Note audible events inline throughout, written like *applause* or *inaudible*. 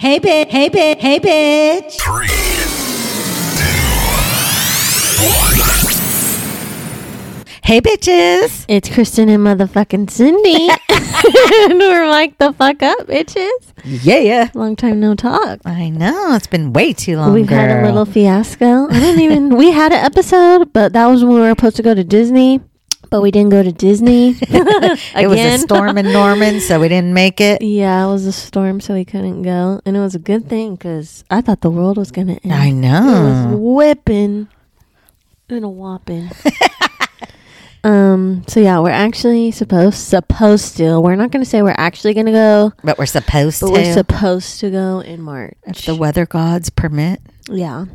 Hey, bitch. Hey, bitch. Hey, bitch. Three, Hey, bitches. It's Kristen and motherfucking *laughs* Cindy. *laughs* and we're like the fuck up, bitches. Yeah, yeah. Long time no talk. I know. It's been way too long. We've had a girl. little fiasco. I don't even we had an episode, but that was when we were supposed to go to Disney. But we didn't go to Disney. *laughs* *laughs* It was a storm in Norman, so we didn't make *laughs* it. Yeah, it was a storm, so we couldn't go. And it was a good thing because I thought the world was going to end. I It was know. whipping and a whopping. *laughs* um. So yeah, we're actually supposed supposed to. We're not going to say we're actually going to go, But we're supposed but to. we're supposed to go in March. if the weather gods *laughs* permit. yeah,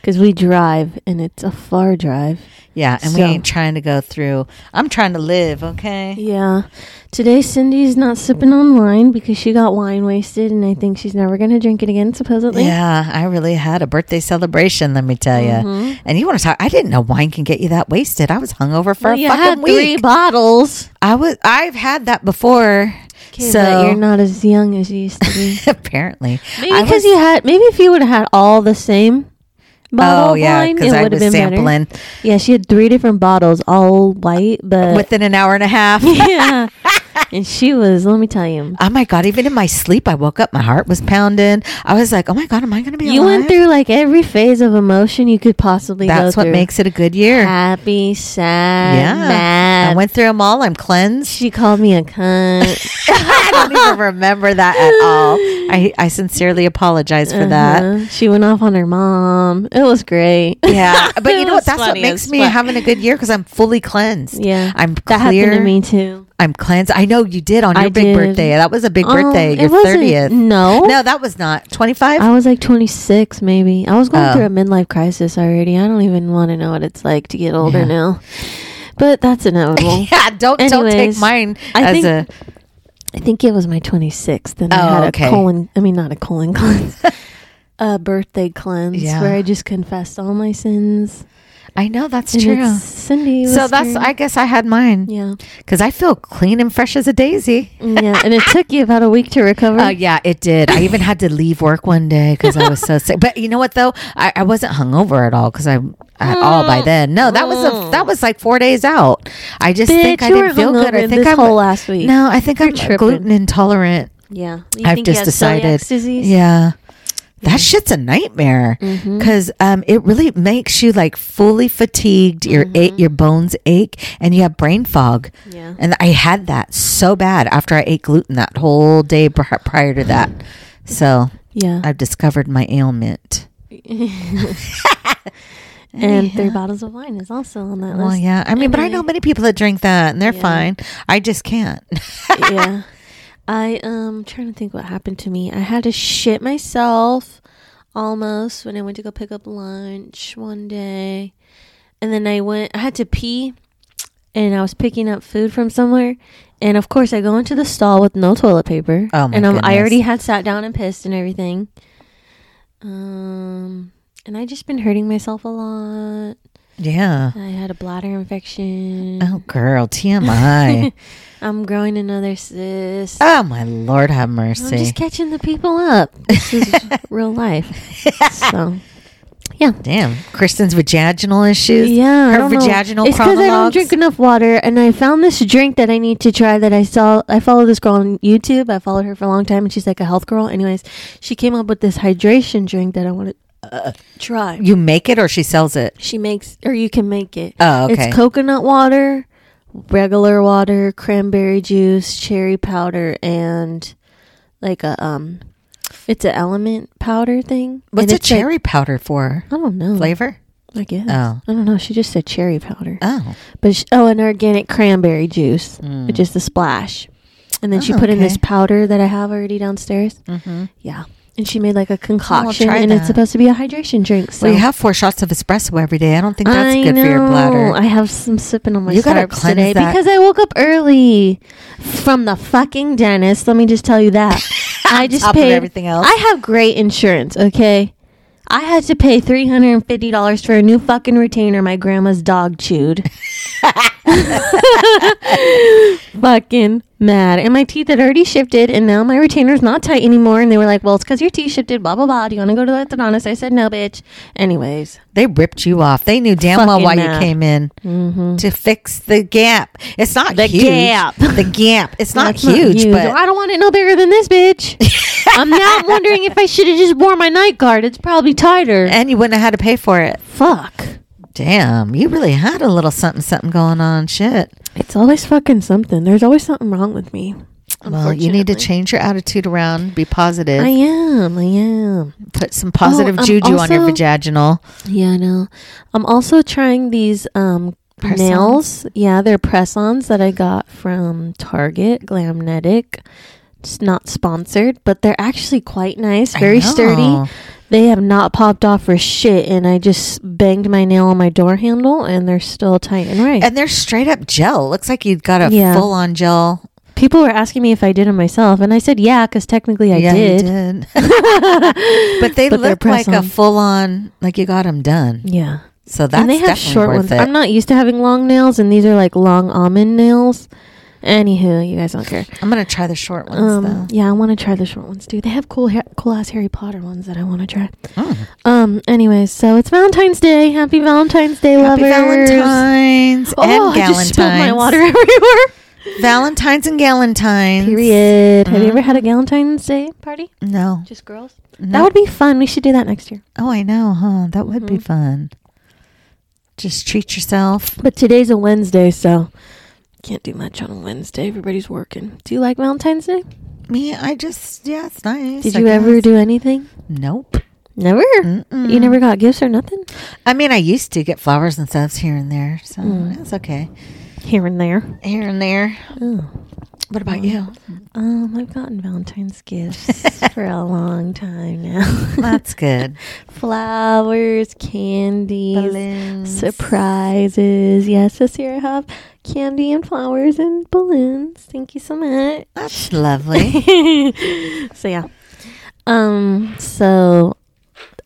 because we drive and it's a far drive. Yeah, and we So- ain't trying to go through. I'm trying to live, okay? Yeah. Today Cindy's not sipping on wine because she got wine wasted, and I think she's never going to drink it again. Supposedly. Yeah, I really had a birthday celebration, let me tell you. Mm-hmm. And you want to talk? I didn't know wine can get you that wasted. I was hungover for a Well, you fucking had three week. bottles. I was. I've had that before. Okay, so but *laughs* you're not as young as you used to be. apparently, Maybe I was- because you had maybe if you would have had all the same bottle Oh of yeah, wine, it because I would have was been sampling better. Yeah, she had three different bottles, all white, but within an hour and a half. *laughs* yeah, and she was. Let me tell you, Oh my god! Even in my sleep, I woke up. My heart was pounding. I was like, "Oh my god, am I going to be?" you went alive? through like every phase of emotion you could possibly. go That's what through. makes it a good year. happy, sad, yeah, mad. I went through them all. I'm cleansed. she called me *laughs* a cunt. I don't even remember that at all. I I sincerely apologize for that. Uh-huh. She went off on her mom. It was great. *laughs* Yeah, but It you know was what? That's what funny makes as me fuck. having a good year because I'm fully cleansed. Yeah, I'm that clear. happened to me too. I'm cleansed. I know you did on your I big did. birthday. That was a big Um, birthday. it Your wasn't- thirtieth. No, Uh, no, that was not twenty five. I was like 26, maybe. I was going Oh. through a midlife crisis already. I don't even want to know what it's like to get older Yeah. now. But that's *laughs* inevitable. *laughs* Yeah, don't don't take Anyways, mine I as think- a I think it was my 26th, and Oh, I had okay. a colon. I mean, not a *laughs* colon cleanse, a birthday cleanse Yeah. where I just confessed all my sins. I know that's And true. it's Cindy. So was that's great. I guess I had mine yeah, because I feel clean and fresh as a daisy. yeah. And it took you about a week to recover. Oh yeah, it did. I even had to leave work one day because I was so sick. But you know what though, I, I wasn't hungover at all because I at all Mm. by then. No, that was a, that was like four days out. I just Bitch, think I you didn't were feel good. hungover I think this I'm whole last week. No, I think I'm tripping. gluten intolerant. yeah. You I've think you just had celiac decided. Disease? Mm-hmm. Yeah. That shit's a nightmare because um, it really makes you like fully fatigued. Your Mm-hmm. a- your bones ache, and you have brain fog. Yeah. and I had that so bad after I ate gluten that whole day pri- prior to that. So Yeah. I've discovered my ailment. *laughs* and three bottles of wine is also on that Well, list. *laughs* yeah, I mean, but I Anyway. know many people that drink that and they're Yeah. fine. I just can't. yeah. I um trying to think what happened to me. I had to shit myself almost when I went to go pick up lunch one day. And then I went I had to pee and I was picking up food from somewhere. And of course I go into the stall with no toilet paper. Oh, my And I'm, I goodness. already had sat down and pissed and everything. Um and I just been hurting myself a lot. *laughs* yeah. I had a bladder infection. *laughs* Oh, girl, TMI. I'm growing another cyst. oh, my Lord, have I'm mercy. just catching the people up. *laughs* This is real life. So, yeah. Damn, Kristen's vaginal issues. Yeah, I her don't know. vaginal It's because I don't chronologues. drink enough water, and I found this drink that I need to try. That I saw, I follow this girl on YouTube. I followed her for a long time, and she's like a health girl. Anyways, she came up with this hydration drink that I want to uh, try. You make it or she sells it. She makes, or you can make it. Oh, okay. It's coconut water, regular water, cranberry juice, cherry powder, and like a um, it's an element powder thing. What's And a it's like- Mm. cherry powder for? I don't know. Flavor? I guess. Oh. I don't know. She just said cherry powder. Oh, Mm. But she, oh, an organic cranberry juice, which is the splash. And then she Oh, put in this okay. powder that I have already downstairs. Mm-hmm. Yeah. And she made like a concoction, try and that. it's supposed to be a hydration drink. So well, you have four shots of espresso every day. I don't think that's I good for your know. bladder. I have some sipping on my You you gotta cleanse today that. because I woke up early from the fucking dentist. Let me just tell *laughs* you that. I just top of paid everything else. I have great insurance. Okay, *laughs* I had to pay three hundred and fifty dollars for a new fucking retainer my grandma's dog chewed. *laughs* Fucking mad. And my teeth had already shifted, and now my retainer's not tight anymore. And they were like, well, it's because your teeth shifted, blah, blah, blah. Do you want to go to the orthodontist? I said, no, bitch. Anyways, They ripped you off. They knew damn well Fucking why mad. you came in Mm-hmm. to fix the gap. It's not The huge. gap. *laughs* The gap. It's not that's huge, huge. but I don't want it no bigger than this, *laughs* bitch. I'm now wondering if I should have just worn my night guard. It's probably tighter. and you wouldn't have had to pay for it. Fuck. Damn, you really had a little something something going on. Shit. It's always fucking something. There's always something wrong with me. Well, you need to unfortunately. change your attitude around. Be positive. I am. I am. Put some positive I'm juju on your also- vaginal. Yeah, I know. I'm also trying these um nails. Yeah, they're press-ons that I got from Target, Glamnetic. It's not sponsored, but they're actually quite nice, I very know. sturdy. They have not popped off for shit, and I just banged my nail on my door handle, and they're still tight and right. And they're straight up gel. Looks like you got a Yeah. full on gel. People were asking me if I did them myself, and I said yeah, because technically I yeah, you did. *laughs* did. but they But they're look like a press-ons. full on, like you got them done. Yeah, So that's and they have definitely short worth ones. it. I'm not used to having long nails, and these are like long almond nails. Anywho, you guys don't care. I'm gonna try the short ones Um, though. yeah, I want to try the short ones too. They have cool, ha- cool ass Harry Potter ones that I want to try. Mm. Um. Anyways, so it's Valentine's Day. Happy Valentine's Day, Happy lovers. Valentines Oh, and I just spilled my Galentines. water *laughs* everywhere. Valentines and Galentines. Period. Have you Mhm. ever had a Valentine's Day party? No. Just girls. no. That would be fun. We should do that next year. Oh, I know, huh? That would be Mhm. fun. Just treat yourself. But today's a Wednesday, so can't do much on a Wednesday. Everybody's working. Do you like Valentine's Day? Me, I just yeah, it's nice. Did I you ever guess. do anything? Nope. Never. Mm-mm. You never got gifts or nothing? I mean, I used to get flowers and stuffs here and there, so Mm. that's okay. Here and there. Here and there. Oh. What about you? Um, I've gotten Valentine's *laughs* gifts for a long time now. That's good. *laughs* Flowers, candies, Balloons. surprises. Yes, this year I have candy and flowers and balloons. Thank you so much. *laughs* That's lovely. so yeah. Um, so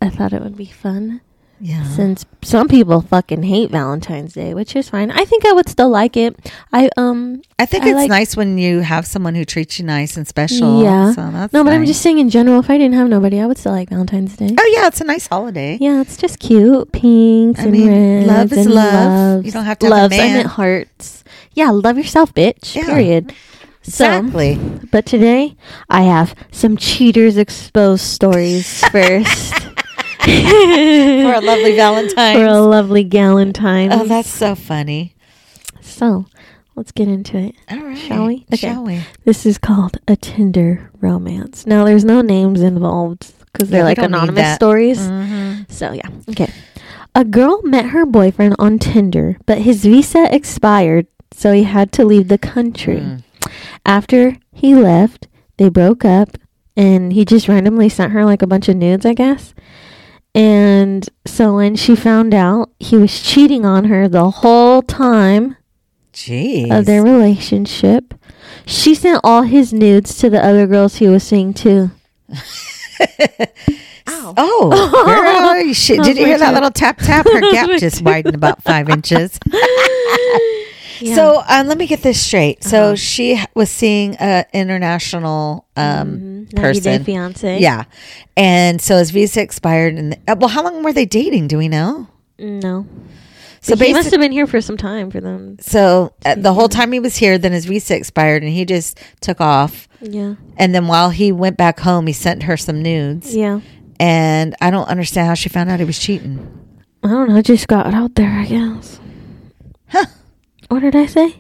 I thought it would be fun Yeah. since some people fucking hate Valentine's Day, which is fine. I think I would still like it. I um I think I it's like- nice when you have someone who treats you nice and special. Yeah. So that's no, but I'm nice. just saying in general. If I didn't have nobody, I would still like Valentine's Day. Oh yeah, it's a nice holiday. Yeah, it's just cute. Pinks I and mean, reds. love is and love. loves. You don't have to have a Loves, I man. meant hearts. Yeah, love yourself, bitch. Yeah. Period. Exactly. So, but today I have some cheaters exposed *laughs* stories first For a lovely Valentine. *laughs* for a lovely Galentine. oh, that's so funny. so. Let's get into it. All right. Shall we? Okay. Shall we? This is called a Tinder romance. Now, there's no names involved because they're Yeah, we like don't need anonymous that. Mm-hmm. stories. So, yeah. Okay. A girl met her boyfriend on Tinder, but his visa expired, so he had to leave the country. Hmm. After he left, they broke up, and he just randomly sent her like a bunch of nudes, I guess. And so when she found out he was cheating on her the whole time, Jeez. of their relationship. She sent all his nudes to the other girls he was seeing *laughs* too. *laughs* Oh, girl, you shit. That did was you hear my that tip. little tap tap? Her *laughs* That gap was just my widened about five *laughs* inches. So um, let me get this straight. So Uh-huh. she h- was seeing an international um, Day person. fiance. Yeah, and so his visa expired. And uh, well, how long were they dating? Do we know? Mm, No. So So he basically, must have Mm-hmm. been here for some time for them. so uh, the whole time he was here, then his visa expired, and he just took off. Yeah. And then while he went back home, he sent her some nudes. Yeah. And I don't understand how she found out he was cheating. I don't know. Just got out there, I guess. Huh? What did I say?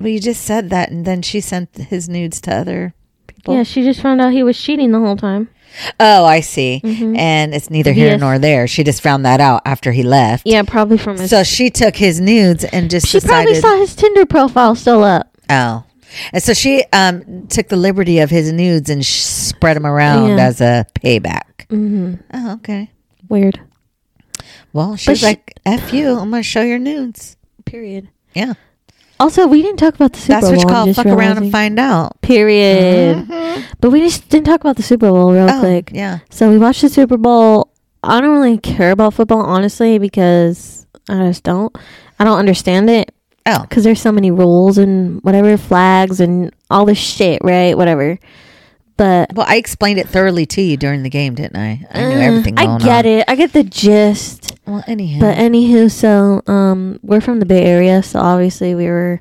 Well, you just said that, and then she sent his nudes to other people. Yeah, she just found out he was cheating the whole time. Oh, I see. And it's neither here Mm-hmm. Yes. nor there. She just found that out after he left. Yeah, probably from his. So she took his nudes and just she probably decided. saw his Tinder profile still up. oh, and so she um took the liberty of his nudes and sh- spread them around Yeah. as a payback. Mm-hmm. Oh, okay. Weird. Well, she's she- like, "F you! I'm gonna show your nudes." Period. Yeah, Also, we didn't talk about the Super that's what you Bowl, I'm call just fuck around realizing. and find out. Mm-hmm. Period. But we just didn't talk about the Super Bowl real Oh, quick. yeah. So we watched the Super Bowl. I don't really care about football, honestly, because I just don't. I don't understand it. Oh, because there's so many rules and whatever flags and all this shit, right? Whatever. But well, I explained it thoroughly to you during the game, didn't I? I knew everything. Uh, I going get on. it. I get the gist. Well, anyhow, But anywho, so um, we're from the Bay Area, so obviously we were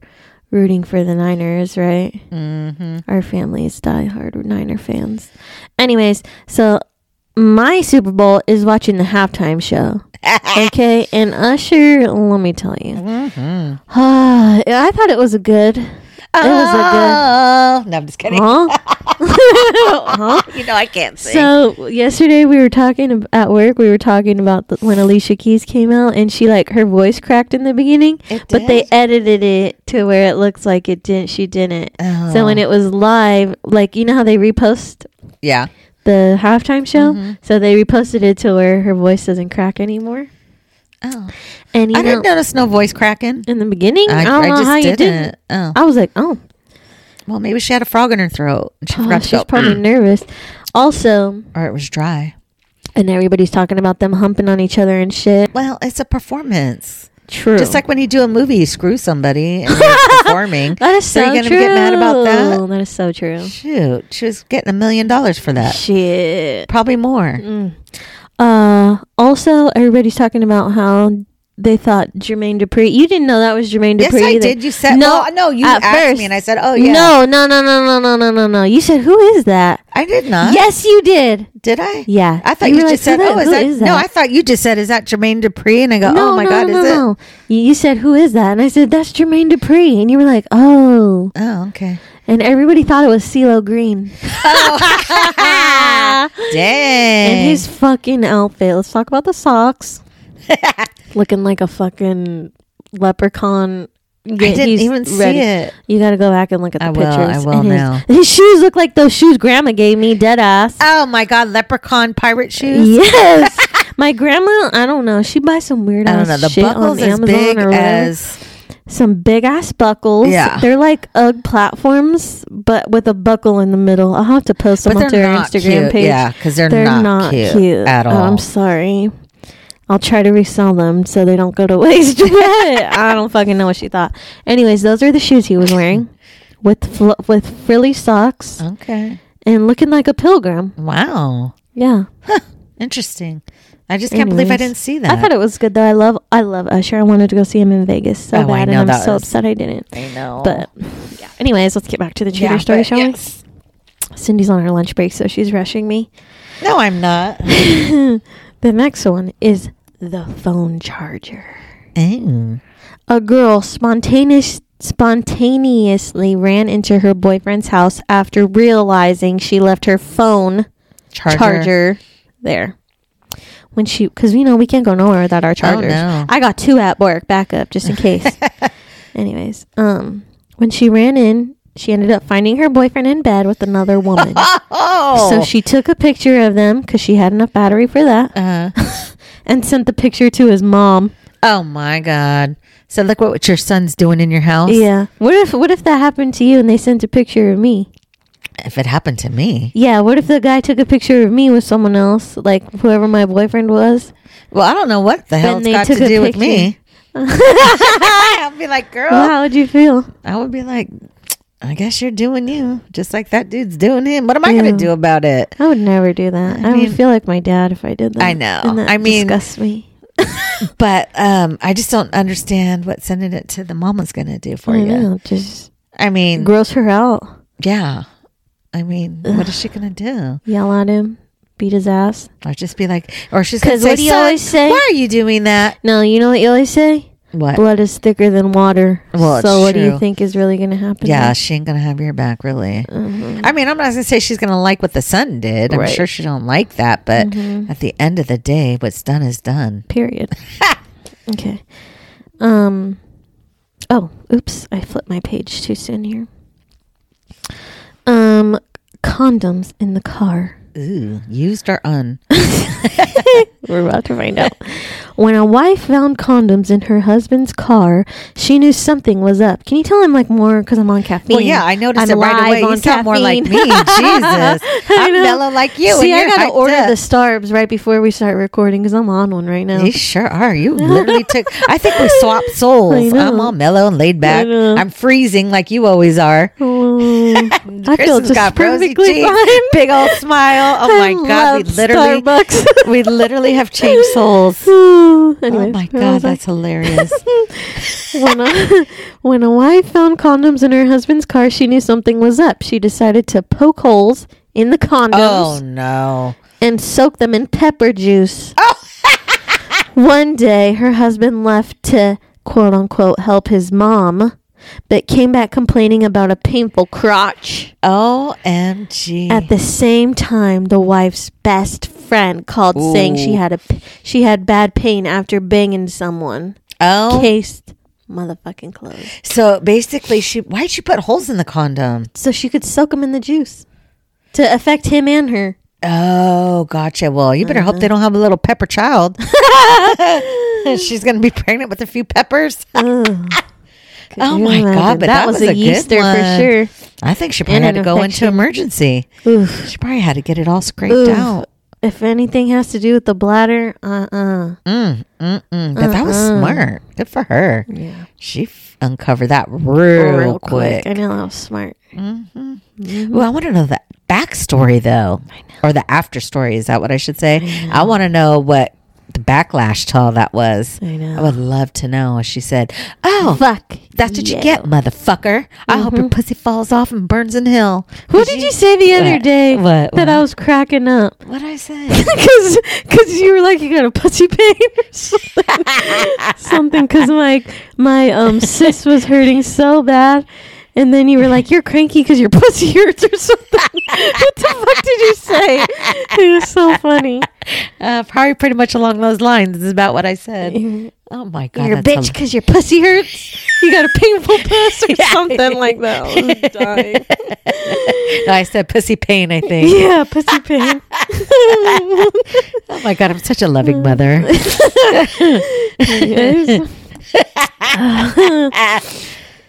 rooting for the Niners, right? mm-hmm. Our family is diehard Niner fans. Anyways, so my Super Bowl is watching the halftime *laughs* show. okay, and Usher, let me tell you, Mm-hmm. *sighs* I thought it was a good. It was a good. Oh, no, I'm just kidding. *laughs* Huh? Huh? You know I can't sing. So yesterday we were talking ab- at work. We were talking about the, when Alicia Keys came out, and she like her voice cracked in the beginning, It but they did? edited it to where it looks like it didn't. She didn't. So Oh. when it was live, like you know how they repost yeah. the halftime show, Mm-hmm. so they reposted it to where her voice doesn't crack anymore. Oh, And you I know, didn't notice no voice cracking. in the beginning, I, don't know how you didn't. Oh, I was like, oh, well, maybe she had a frog in her throat. and She oh, forgot to she's go, probably nervous. Also, or it was dry. and everybody's talking about them humping on each other and shit. Well, it's a performance. True. Just like when you do a movie, you screw somebody and *laughs* they're performing. That is So so, you're gonna true. get mad about that? That is so true. Shoot, she was getting a million dollars for that. Shit. Probably more. Mm. Uh, also, everybody's talking about how they thought Jermaine Dupri. You didn't know that was Jermaine Yes, Dupri. I either. did. You said no. no, you at asked me, and I said, "Oh yeah." No, no, no, no, no, no, no, no, no. You said, "Who is that?" I did not. Yes, you did. Did I? Yeah. I thought You you, were just like, said, "Who "Oh, the- is who that?" is No, that? I thought you just said, "Is that Jermaine Dupri?" And I go, no, "Oh my no, God, no, is it?" no. You you said, "Who is that?" And I said, "That's Jermaine Dupri." And you were like, "Oh." Oh, okay. And everybody thought it was CeeLo Green. Oh. Dang. *laughs* *laughs* And his fucking outfit. Let's talk about the socks. Looking like a fucking leprechaun. Yeah, I didn't he's even see ready. it. You got to go back and look at the I will, pictures. I will And his, now. His shoes look like those shoes Grandma gave me, dead ass. *laughs* Oh my God, leprechaun pirate shoes. yes. My grandma, I don't know. She buys some weird I don't ass know. The shit buckles as on Amazon big or whatever. as some big ass buckles. Yeah. They're like UGG platforms, but with a buckle in the middle. I'll have to post them but onto they're our not Instagram cute. page. Yeah, because they're, they're not, not, cute, cute, at Oh, all. I'm sorry. I'll try to resell them so they don't go to *laughs* *laughs* waste. But I don't fucking know what she thought. Anyways, those are the shoes he was wearing with fl- with frilly Uh-huh. socks okay. and looking like a pilgrim. Wow. Yeah, Interesting. I just can't believe I Anyways, didn't see that. I thought it was good though. I love I love Usher. I wanted to go see him in Vegas so Oh, I bad, and know I'm that so was- upset I didn't. I know. But yeah. Anyways, let's get back to the cheater Yeah, story, but- shall yes. we? Cindy's on her lunch break, so she's rushing me. *coughs* No, I'm not. *laughs* The next one is the phone charger. Mm. a girl spontaneous spontaneously ran into her boyfriend's house after realizing she left her phone Charger. charger there. When she, because you know we can't go nowhere without our chargers. Oh, no. I got two at work, backup just in case. Anyways, um, when she ran in, she ended up finding her boyfriend in bed with another woman. *laughs* *laughs* Oh. so she took a picture of them because she had enough battery for that, *laughs* Uh, and sent the picture to his mom. oh my God. So look what your son's doing in your house. Yeah. What if what if that happened to you and they sent a picture of me? If it happened to me, Yeah, what if the guy took a picture of me with someone else, like whoever my boyfriend was? well, I don't know what the hell Then it's they got took to a do with picture. *laughs* *laughs* me. I'll be like, girl, How would you feel? I would be like, I guess you're doing you, just like that dude's doing him. What am I going Yeah. to do about it? I would never do that. I, mean- would feel like my dad if I did that. I know. And that I mean- disgusts me. But um, I just don't understand what sending it to the mama's going to do for I you. know. Just I mean, gross her out. yeah. I mean, what is she going to do? Yell at him. Beat his ass. Or just be like, or she's going to 'Cause say, what do you "Son, always say?" Why are you doing that? No, you know what you always say? What? Blood is thicker than water. Uh, Well, it's so what do true. you think is really going to happen? Uh-huh. Yeah, she ain't gonna have your back, really. I mean, I'm not gonna say she's gonna like what the son did. I'm Right. Mm-hmm. sure she don't like that, but at the end of the day, what's done is done. Period. okay. Um. Oh, oops! I flipped my page too soon here. Um, condoms in the car. Ooh, used or un? *laughs* We're about to find out. When a wife found condoms in her husband's car, she knew something was up. Can you tell him like more? Because I'm on caffeine. Well, yeah, I noticed I'm it right live away. You on sound more like me. caffeine. *laughs* Jesus, I I'm know. mellow like you. See, and I you're gotta hyped order up. the Starbs right before we start recording because I'm on one right *laughs* now. You sure are. You literally took. I think we swapped *laughs* I souls. know. I'm all mellow and laid back. know. I'm freezing like you always are. *laughs* Oh, I feel Kristen's just got rosy perfectly cheeks, fine. big old smile. Oh I my god, we love literally, *laughs* Starbucks. we *laughs* literally have changed souls. Anyways, Oh my where was god, I? that's hilarious. when, a, *laughs* when a wife found condoms in her husband's car, she knew something was up. She decided to poke holes in the oh condoms no. and soak them in pepper juice. *laughs* Oh. One day, her husband left to quote unquote help his mom, but came back complaining about a painful crotch. OMG. At the same time, the wife's best friend called saying she Ooh. had a p- she had bad pain after banging someone. oh. Cased motherfucking clothes. So basically, she why'd she put holes in the condom? so she could soak him in the juice to affect him and her. Oh, gotcha. Well, you better hope they don't have a little pepper child. *laughs* She's going to be pregnant with a few peppers. Could Oh you my imagine? God, but Oh, that was a good yeaster one. for I think she probably And had to an go into infection. emergency. sure. Oof. She probably had to get it all scraped Oof. out. If anything has to do with the bladder, uh uh Mm, mm, mm. But that was Uh-uh. smart. Good for her. Yeah. She f- uncovered that real, quick. I know that was smart. Well, I want to know the backstory though, or the after story. Is that what I should say? I, want to know what the backlash to all that was. I know. I would love to know. She said, "Oh, Fuck. that's what you get, motherfucker. I hope your pussy falls off and burns in hell." What did you say the other What? day What? that I was cracking up? What I say? Because cause you were like, you got a pussy pain or *laughs* something. something because my, my um, cyst was hurting so bad. And then you were like, you're cranky because your pussy *laughs* hurts or something. *laughs* what the fuck did you say? It was so funny. uh, probably pretty much along those lines. Is about what I said. *laughs* You're Oh my god, a that's bitch because your pussy hurts. You got a *laughs* painful puss or something like that. I was dying. hel- *laughs* No, I said pussy pain. I think. *laughs* Yeah, pussy pain. *laughs* oh my god, I'm *laughs* such a loving mother. Yes. um,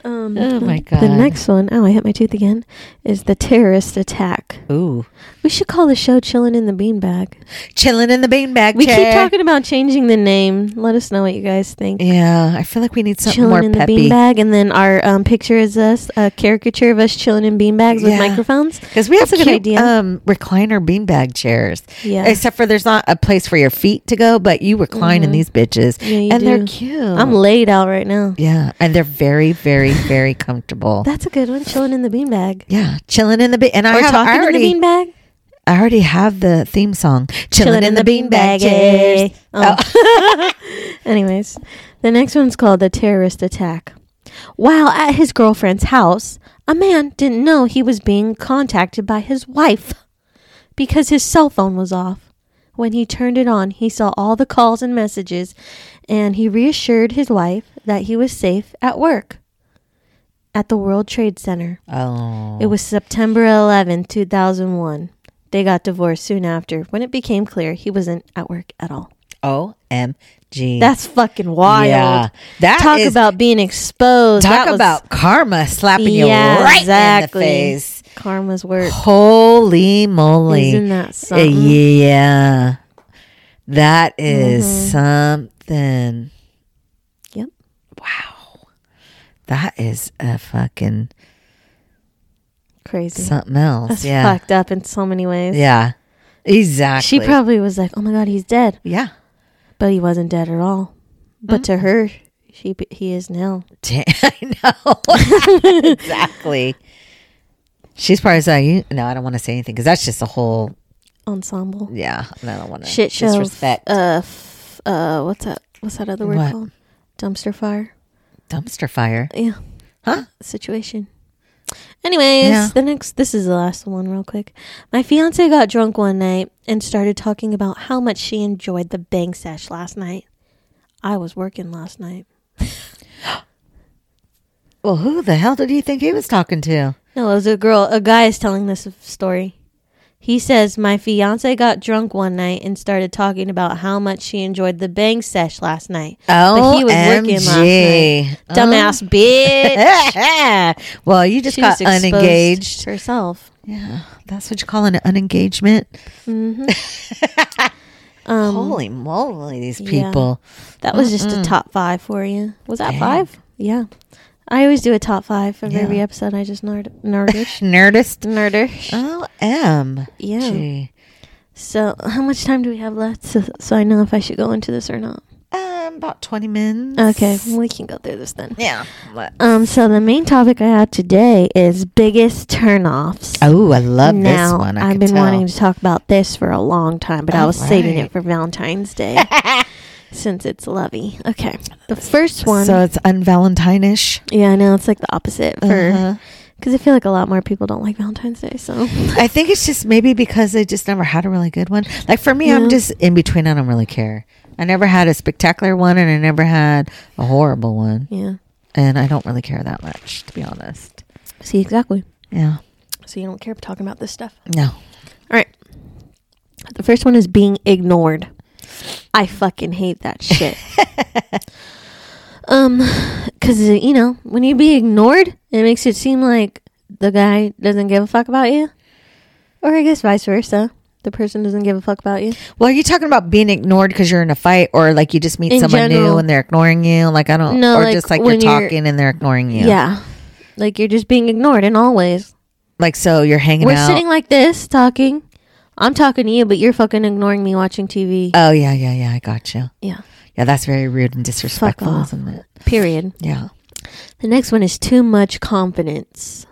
Oh my god. the next one, oh, I hit my tooth again, is the terrorist attack. Ooh, We should call the show Chillin' in the Beanbag. chilling in the beanbag We keep chair. talking about changing the name. Let us know what you guys think. Yeah, I feel like we need something Chillin' more in the peppy. Beanbag, and then our um, picture is us, a caricature of us chilling in beanbags with Yeah. microphones. Because we have That's a some good cute, idea. um, recliner beanbag chairs. Yeah. Except for there's not a place for your feet to go, but you recline in these bitches. Mm-hmm. Yeah, you and they're do. cute. I'm laid out right now. yeah. And they're very, very, very comfortable. That's a good one, chilling in the beanbag. yeah. Chilling in the bean. And Oh. I, Or have, I, talking in the already, beanbag. I already have the theme song Chilling in, the beanbag chairs. eh. Oh. Anyways, the next one's called the terrorist attack. While at his girlfriend's house, a man didn't know he was being contacted by his wife because his cell phone was off. When he turned it on, he saw all the calls and messages, and he reassured his wife that he was safe at work at the World Trade Center. Oh. It was September 11, 2001. They got divorced soon after when it became clear he wasn't at work at all. OMG. That's fucking wild. Yeah. That talk is- about being exposed. Talk That was- about karma slapping Yeah, you right exactly. in the face. karma's work. Holy moly. Isn't that Uh, something? Yeah. That is something. Mm-hmm. Yep. Wow. That is a fucking Crazy. something else. That's yeah. fucked up in so many ways. Yeah. Exactly. She probably was like, "Oh my god, he's dead," *laughs* Yeah. but he wasn't dead at all. But Mm-hmm. to her, she he is now. Da- I know. *laughs* exactly. She's probably saying, you, no, I don't want to say anything because that's just a whole, Ensemble yeah, and I don't want to shit show. disrespect. Uh, f- uh, what's that? What's that other word What? called? Dumpster fire. Dumpster fire. yeah Huh? situation anyways Yeah. the next this is the last one real quick my fiance got drunk one night and started talking about how much she enjoyed the bang sesh last night i was working last night Well, who the hell did you think he was talking to? no it was a girl a guy is telling this story He says, My fiance got drunk one night and started talking about how much she enjoyed the bang sesh last night. Oh, but he was working last night. Dumbass bitch. *laughs* well, you just She got was exposed unengaged. herself. Yeah, that's what you call an *laughs* unengagement. Mm-hmm. *laughs* Um, Holy moly, these yeah. people. That was just a top five for you. Was that Dang. five? Yeah. I always do a top five of Yeah. every episode. I just nerd *laughs* nerdish. Nerdist. nerdish. Oh, M. Yeah. Gee. So how much time do we have left so, so I know if I should go into this or not? Um, about twenty minutes. Okay. We can go through this then. Yeah. What? Um, so the main topic I had today is biggest turnoffs. Oh, I love now, this one. I have could been tell. wanting to talk about this for a long time, but I All was saving right. it for *laughs* Valentine's Day since it's lovey. Okay. The first one. So it's unvalentine-ish. yeah, I know. It's like the opposite for. Uh-huh. Because I feel like a lot more people don't like Valentine's Day. So, I think it's just maybe because I just never had a really good one. Like for me, Yeah. I'm just in between. I don't really care. I never had a spectacular one, and I never had a horrible one, *laughs* yeah. and I don't really care that much, to be honest. See, exactly. Yeah. So, you don't care talking about this stuff. No. *laughs* All right. The first one is being ignored. I fucking hate that *laughs* shit. um, because, you know, when you be ignored, it makes it seem like the guy doesn't give a fuck about you. Or I guess vice versa. The person doesn't give a fuck about you. Well, are you talking about being ignored because you're in a fight, or like you just meet In someone general. new and they're ignoring you? Like I don't, No, or like, just like you're when you're- talking and they're ignoring you. Yeah. Like you're just being ignored in all ways. Like so, you're hanging We're out. sitting like this talking. I'm talking to you, but you're fucking ignoring me watching TV. oh yeah, yeah, yeah. I got you. yeah. Yeah, that's very rude and disrespectful, off. isn't it? Period. Yeah. The next one is too much confidence.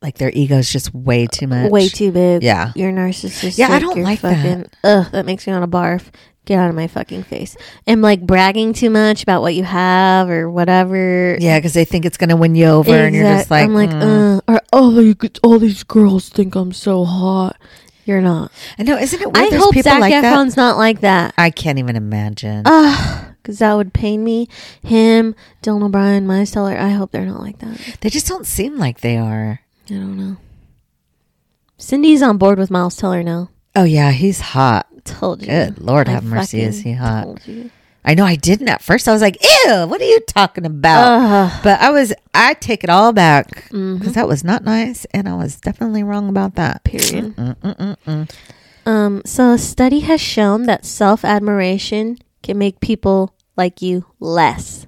Like their ego's just way too much. Uh, Way too big. Yeah. You're narcissistic. Yeah, I don't You're like that. fucking, Ugh, that makes me want to barf. Get out of my fucking face. And like bragging too much about what you have or whatever. Yeah, because they think it's going to win you over, and you're just Exact- like, I'm like, mm. uh, or all these, all these girls think I'm so hot. You're not. I know, isn't it weird? uh, I There's hope Uh, people Zac like that. Efron's not like that. I can't even imagine. because that would pain me. Him, Dylan O'Brien, my seller. I hope they're not like that. they just don't seem like they are. I don't know. Cindy's on board with Miles Teller now. Oh yeah, he's hot. Told you. Good Lord, I have mercy, is fucking he hot? told you. I know I didn't at first. I was like, "Ew, what are you talking about?" Ugh. Mm-hmm. but I was, I take it all back because that was not nice, and I was definitely wrong about that. Period. Mm, mm, mm, mm. Um. So a study has shown that self admiration can make people like you less.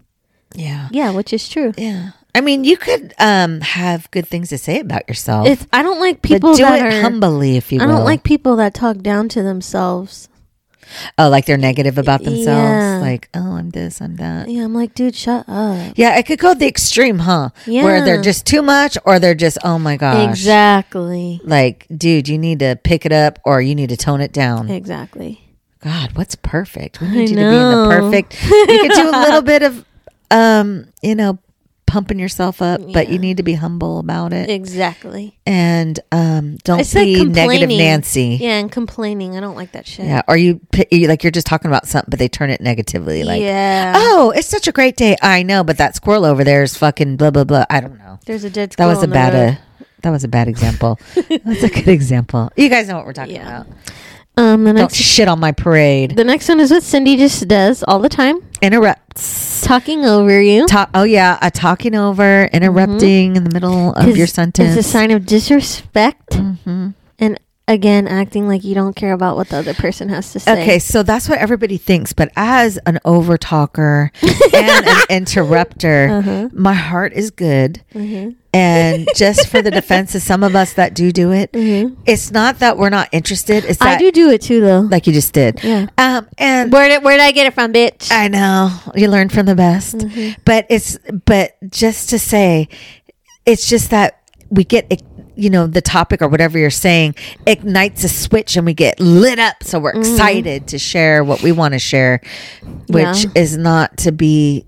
Yeah, Yeah, which is true. yeah. I mean, you could um have good things to say about yourself, If I don't like people but do that it are. humbly, if you I will. don't like people that talk down to themselves. Oh, like they're negative about themselves. Yeah. Like, oh, I'm this, I'm that. Yeah, I'm like, dude, shut up. Yeah, it could go the extreme, huh? Where Yeah. they're just too much or they're just, oh my gosh. Exactly. Like, dude, you need to pick it up or you need to tone it down. Exactly. God, what's perfect? We need you know. to be in the perfect. You could do a *laughs* little bit of, um, you know, pumping yourself up, but you need to be humble about it. Exactly. and um, I don't said be negative complaining. Nancy. Yeah, and complaining. I don't like that shit. Yeah, or you pi- you- like you're just talking about something, but they turn it negatively. Like, Yeah. oh, it's such a great day. I know, but that squirrel over there is fucking blah blah blah. I don't know. There's a dead That squirrel. was a on the bad road. uh, that was a bad *laughs* example. That's a good example. You guys know what we're talking Yeah. about. Um, the Don't next, shit on my parade. the next one is what Cindy just does all the time, Interrupts. talking over you. *laughs* Ta- oh yeah, a talking over, interrupting Mm-hmm. in the middle of 'Cause your sentence. It's a sign of disrespect, Mhm. and again, acting like you don't care about what the other person has to say. Okay, so that's what everybody thinks. But as an over talker and *laughs* an interrupter, Uh-huh. my heart is good. Mm-hmm. And just for the defense of some of us that do do it, it's not that we're not interested. It's Mm-hmm. I that, do do it too, though. like you just did. Yeah. Um, and where did where did I get it from, bitch? I know you learn from the best, Mm-hmm. but it's but just to say, it's just that we get you know the topic or whatever you're saying ignites a switch and we get lit up, so we're excited to share what we want to share, which Mm-hmm. Yeah. is not to be.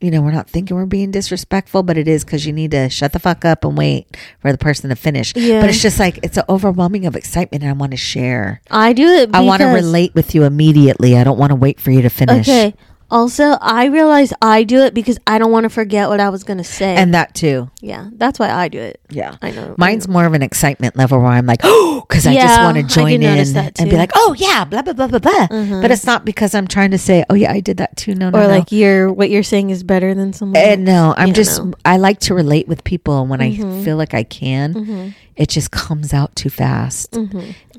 You know, we're not thinking we're being disrespectful, but it is because you need to shut the fuck up and wait for the person to finish. Yeah. But it's just like it's an overwhelming of excitement, and I want to share. I do it. I want to because- relate with you immediately. I don't want to wait for you to finish. Okay. Also, I realize I do it because I don't want to forget what I was going to say. and that too. yeah, that's why I do it. Yeah, I know. Mine's more of an excitement level where I'm like, *gasps* oh, because I just Yeah, want I to did join notice in that and be too. Mm-hmm. like, oh yeah, blah blah blah blah blah. But it's not because I'm trying to say, oh yeah, I did that too. No, no, or no. like your what you're saying is better than someone. Uh, no, I'm Yeah, just no. I like to relate with people, and when Mm-hmm. I feel like I can, it just comes out too fast.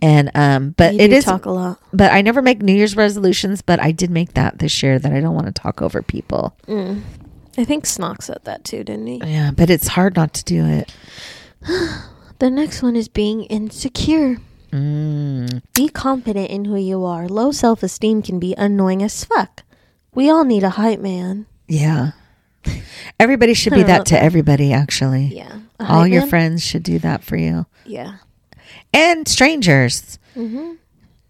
And um, but Mm-hmm. You it do is. talk a lot. But I never make New Year's resolutions, but I did make that this year that I don't want to talk over people. Mm. I think Snock said that too, didn't he? Yeah, but it's hard not to do it. The next one is being insecure. Mm. Be confident in who you are. Low self esteem can be annoying as fuck. We all need a hype man. *laughs* Yeah. Everybody should I be don't know. that to everybody, actually. Yeah. A All hype your man? friends should do that for you. Yeah. And strangers. hmm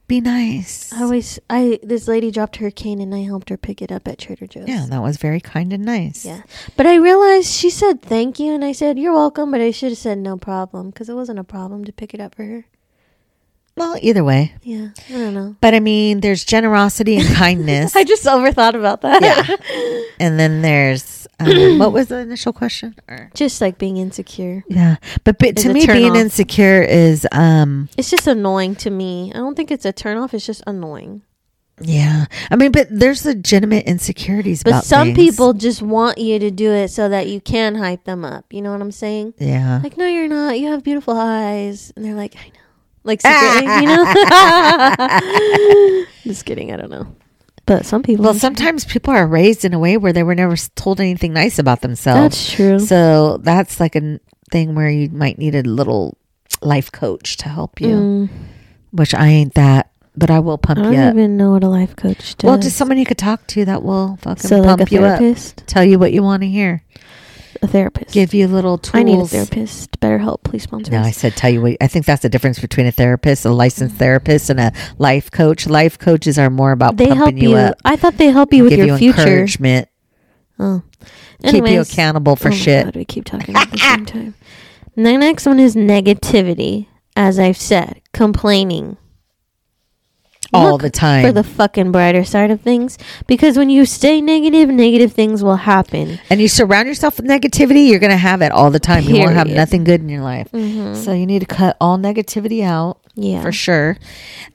Be nice. I always, I, this lady dropped her cane and I helped her pick it up at Trader Joe's. yeah, that was very kind and nice. Yeah. But I realized she said thank you and I said, you're welcome, but I should have said no problem because it wasn't a problem to pick it up for her. Well, either way. Yeah. I don't know. But I mean, there's generosity *laughs* and kindness. I just overthought about that. yeah. And then there's, *clears throat* um, what was the initial question? Or- *laughs* just like being insecure. yeah. But, but Is to a me, turn being off. insecure is, um, It's just annoying to me. I don't think it's a turnoff. It's just annoying. yeah. I mean, but there's legitimate insecurities But about some things. people just want you to do it so that you can hype them up. You know what I'm saying? Yeah. Like, no, you're not. You have beautiful eyes. And they're like, I know. Like, secretly, *laughs* you know? just kidding. I don't know. But some people. Well, sometimes people are raised in a way where they were never s- told anything nice about themselves. That's true. So that's like a n- thing where you might need a little life coach to help you, Mm, which I ain't that, but I will pump I you don't up. even know what a life coach does. Well, just someone you could talk to that will fucking so pump like a you up, therapist. tell you what you want to hear, A therapist. give you little tools. I need a therapist. Better help, please sponsor No, I us. said tell you what. I think that's the difference between a therapist, a licensed therapist, and a life coach. Life coaches are more about They pumping help you, you. up, I thought they help you with give your you future. encouragement, Oh. keep you Anyways. accountable for Oh my shit. God, we keep talking at the same *laughs* time. And The next one is negativity, as I've said, complaining. All Look the time. For the fucking brighter side of things. Because when you stay negative, negative things will happen. and you surround yourself with negativity, you're going to have it all the time. You won't have Period. Mm-hmm. nothing good in your life. So you need to cut all negativity out Yeah. for sure.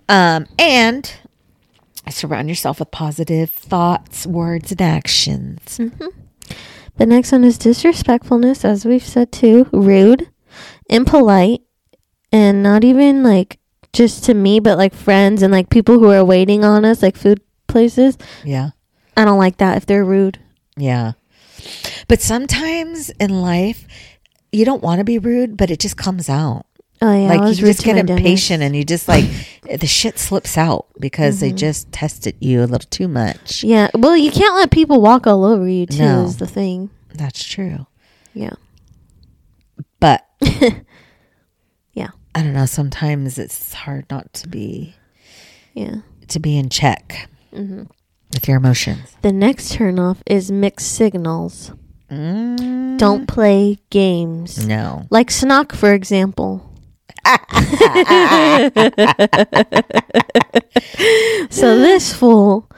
Um, and surround yourself with positive thoughts, words, and actions. Mm. The next one is disrespectfulness, as we've said too. Rude, impolite, and not even like just to me, but like friends and like people who are waiting on us, like food places. Yeah. I don't like that if they're rude. Yeah. But sometimes in life, you don't want to be rude, but it just comes out. Oh yeah, I like was you rude just to get my dentist. impatient and you just like the shit slips out because they just tested you a little too much. Mm-hmm. Yeah. Well, you can't let people walk all over you too. No. Is the thing. That's true. Yeah. *laughs* But Yeah. I don't know. Sometimes it's hard not to be Yeah. to be in check hmm with your emotions. The next turnoff is mixed signals. Mm, Don't play games. no. *laughs* Like Snock, for *laughs* example. so this fool,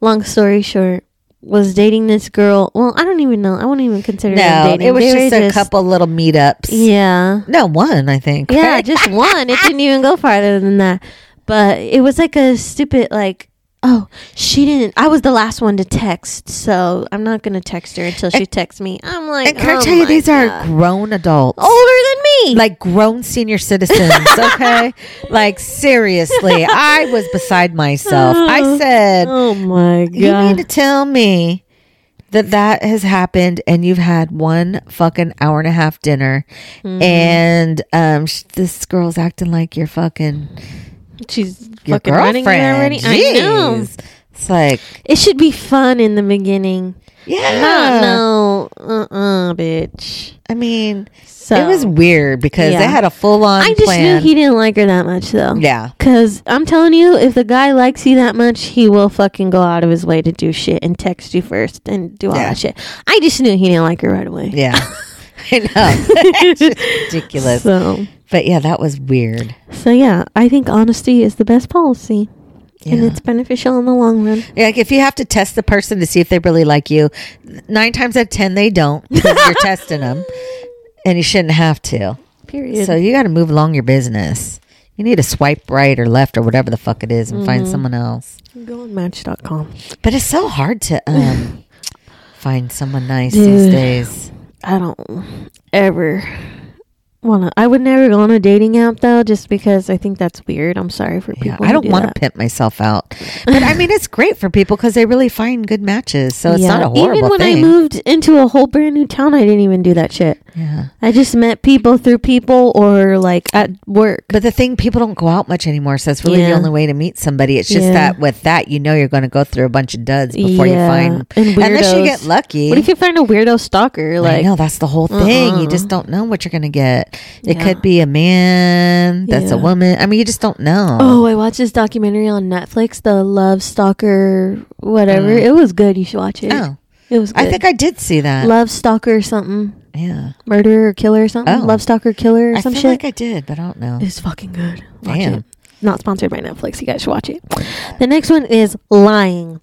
long story short, was dating this girl. Well, I don't even know. I wouldn't even consider them No, dating. it was They just were a couple little meetups. Yeah. No, one I think. Yeah, right? just one. It didn't even go farther than that. But it was like a stupid like oh, she didn't I was the last one to text, so I'm not gonna text her until she texts me. I'm like And can oh I tell you, my these are God. Oh. grown adults, older than me. like grown senior citizens. *laughs* okay, like seriously, I was beside myself. I said, Oh my You need god. to tell me that that has happened and you've had one fucking hour and a half dinner Mm-hmm. and um sh- this girl's acting like your fucking She's your fucking running girlfriend. there already. I know. Jeez. It's like It should be fun in the beginning. yeah. No, no, uh, uh bitch. I mean, So it was weird because they Yeah. had a full on I just plan. knew he didn't like her that much though. yeah. Cause I'm telling you, if the guy likes you that much, he will fucking go out of his way to do shit and text you first and do all Yeah. that shit. I just knew he didn't like her right away. *laughs* Yeah. *laughs* I know. *laughs* it's just ridiculous. So, But yeah, that was weird. so yeah, I think honesty is the best policy. and it's beneficial in the long run. Yeah, Like if you have to test the person to see if they really like you, nine times out of ten they don't. 'cause *laughs* You're *laughs* testing them, and you shouldn't have to. Period. So you got to move along your business. You need to swipe right or left or whatever the fuck it is and Mm-hmm. find someone else. Go on Match.com. But it's so hard to *sighs* um, find someone nice these Dude. days. I don't ever wanna. I would never go on a dating app though, just because I think that's weird. I'm sorry for people. Yeah, I who don't do want that. to pimp myself out. But I mean, it's great for people because they really find good matches. So it's Yeah. not a horrible Even when thing. I moved into a whole brand new town, I didn't even do that shit. yeah. I just met people through people or like at work. But the thing, people don't go out much anymore. So it's really the Yeah. only way to meet somebody. It's just Yeah. that with that, you know, you're going to go through a bunch of duds before Yeah. you find. And unless you weirdos. get lucky. What if you find a weirdo stalker? I Like, know that's the whole thing. You just don't know what you're going to get. It could be a man that's a Yeah. woman. I mean, you just don't know. oh, I watched this documentary on Netflix, the Love Stalker, whatever. It was good. You should watch it. Mm. Oh. it was. Good. I think I did see that. Love Stalker or something, yeah. murderer or killer or something. Oh. Love Stalker killer or I some feel shit. like I did, but I don't know. It's fucking good. Watch Damn. it. Not sponsored by Netflix. You guys should watch it. The next one is lying.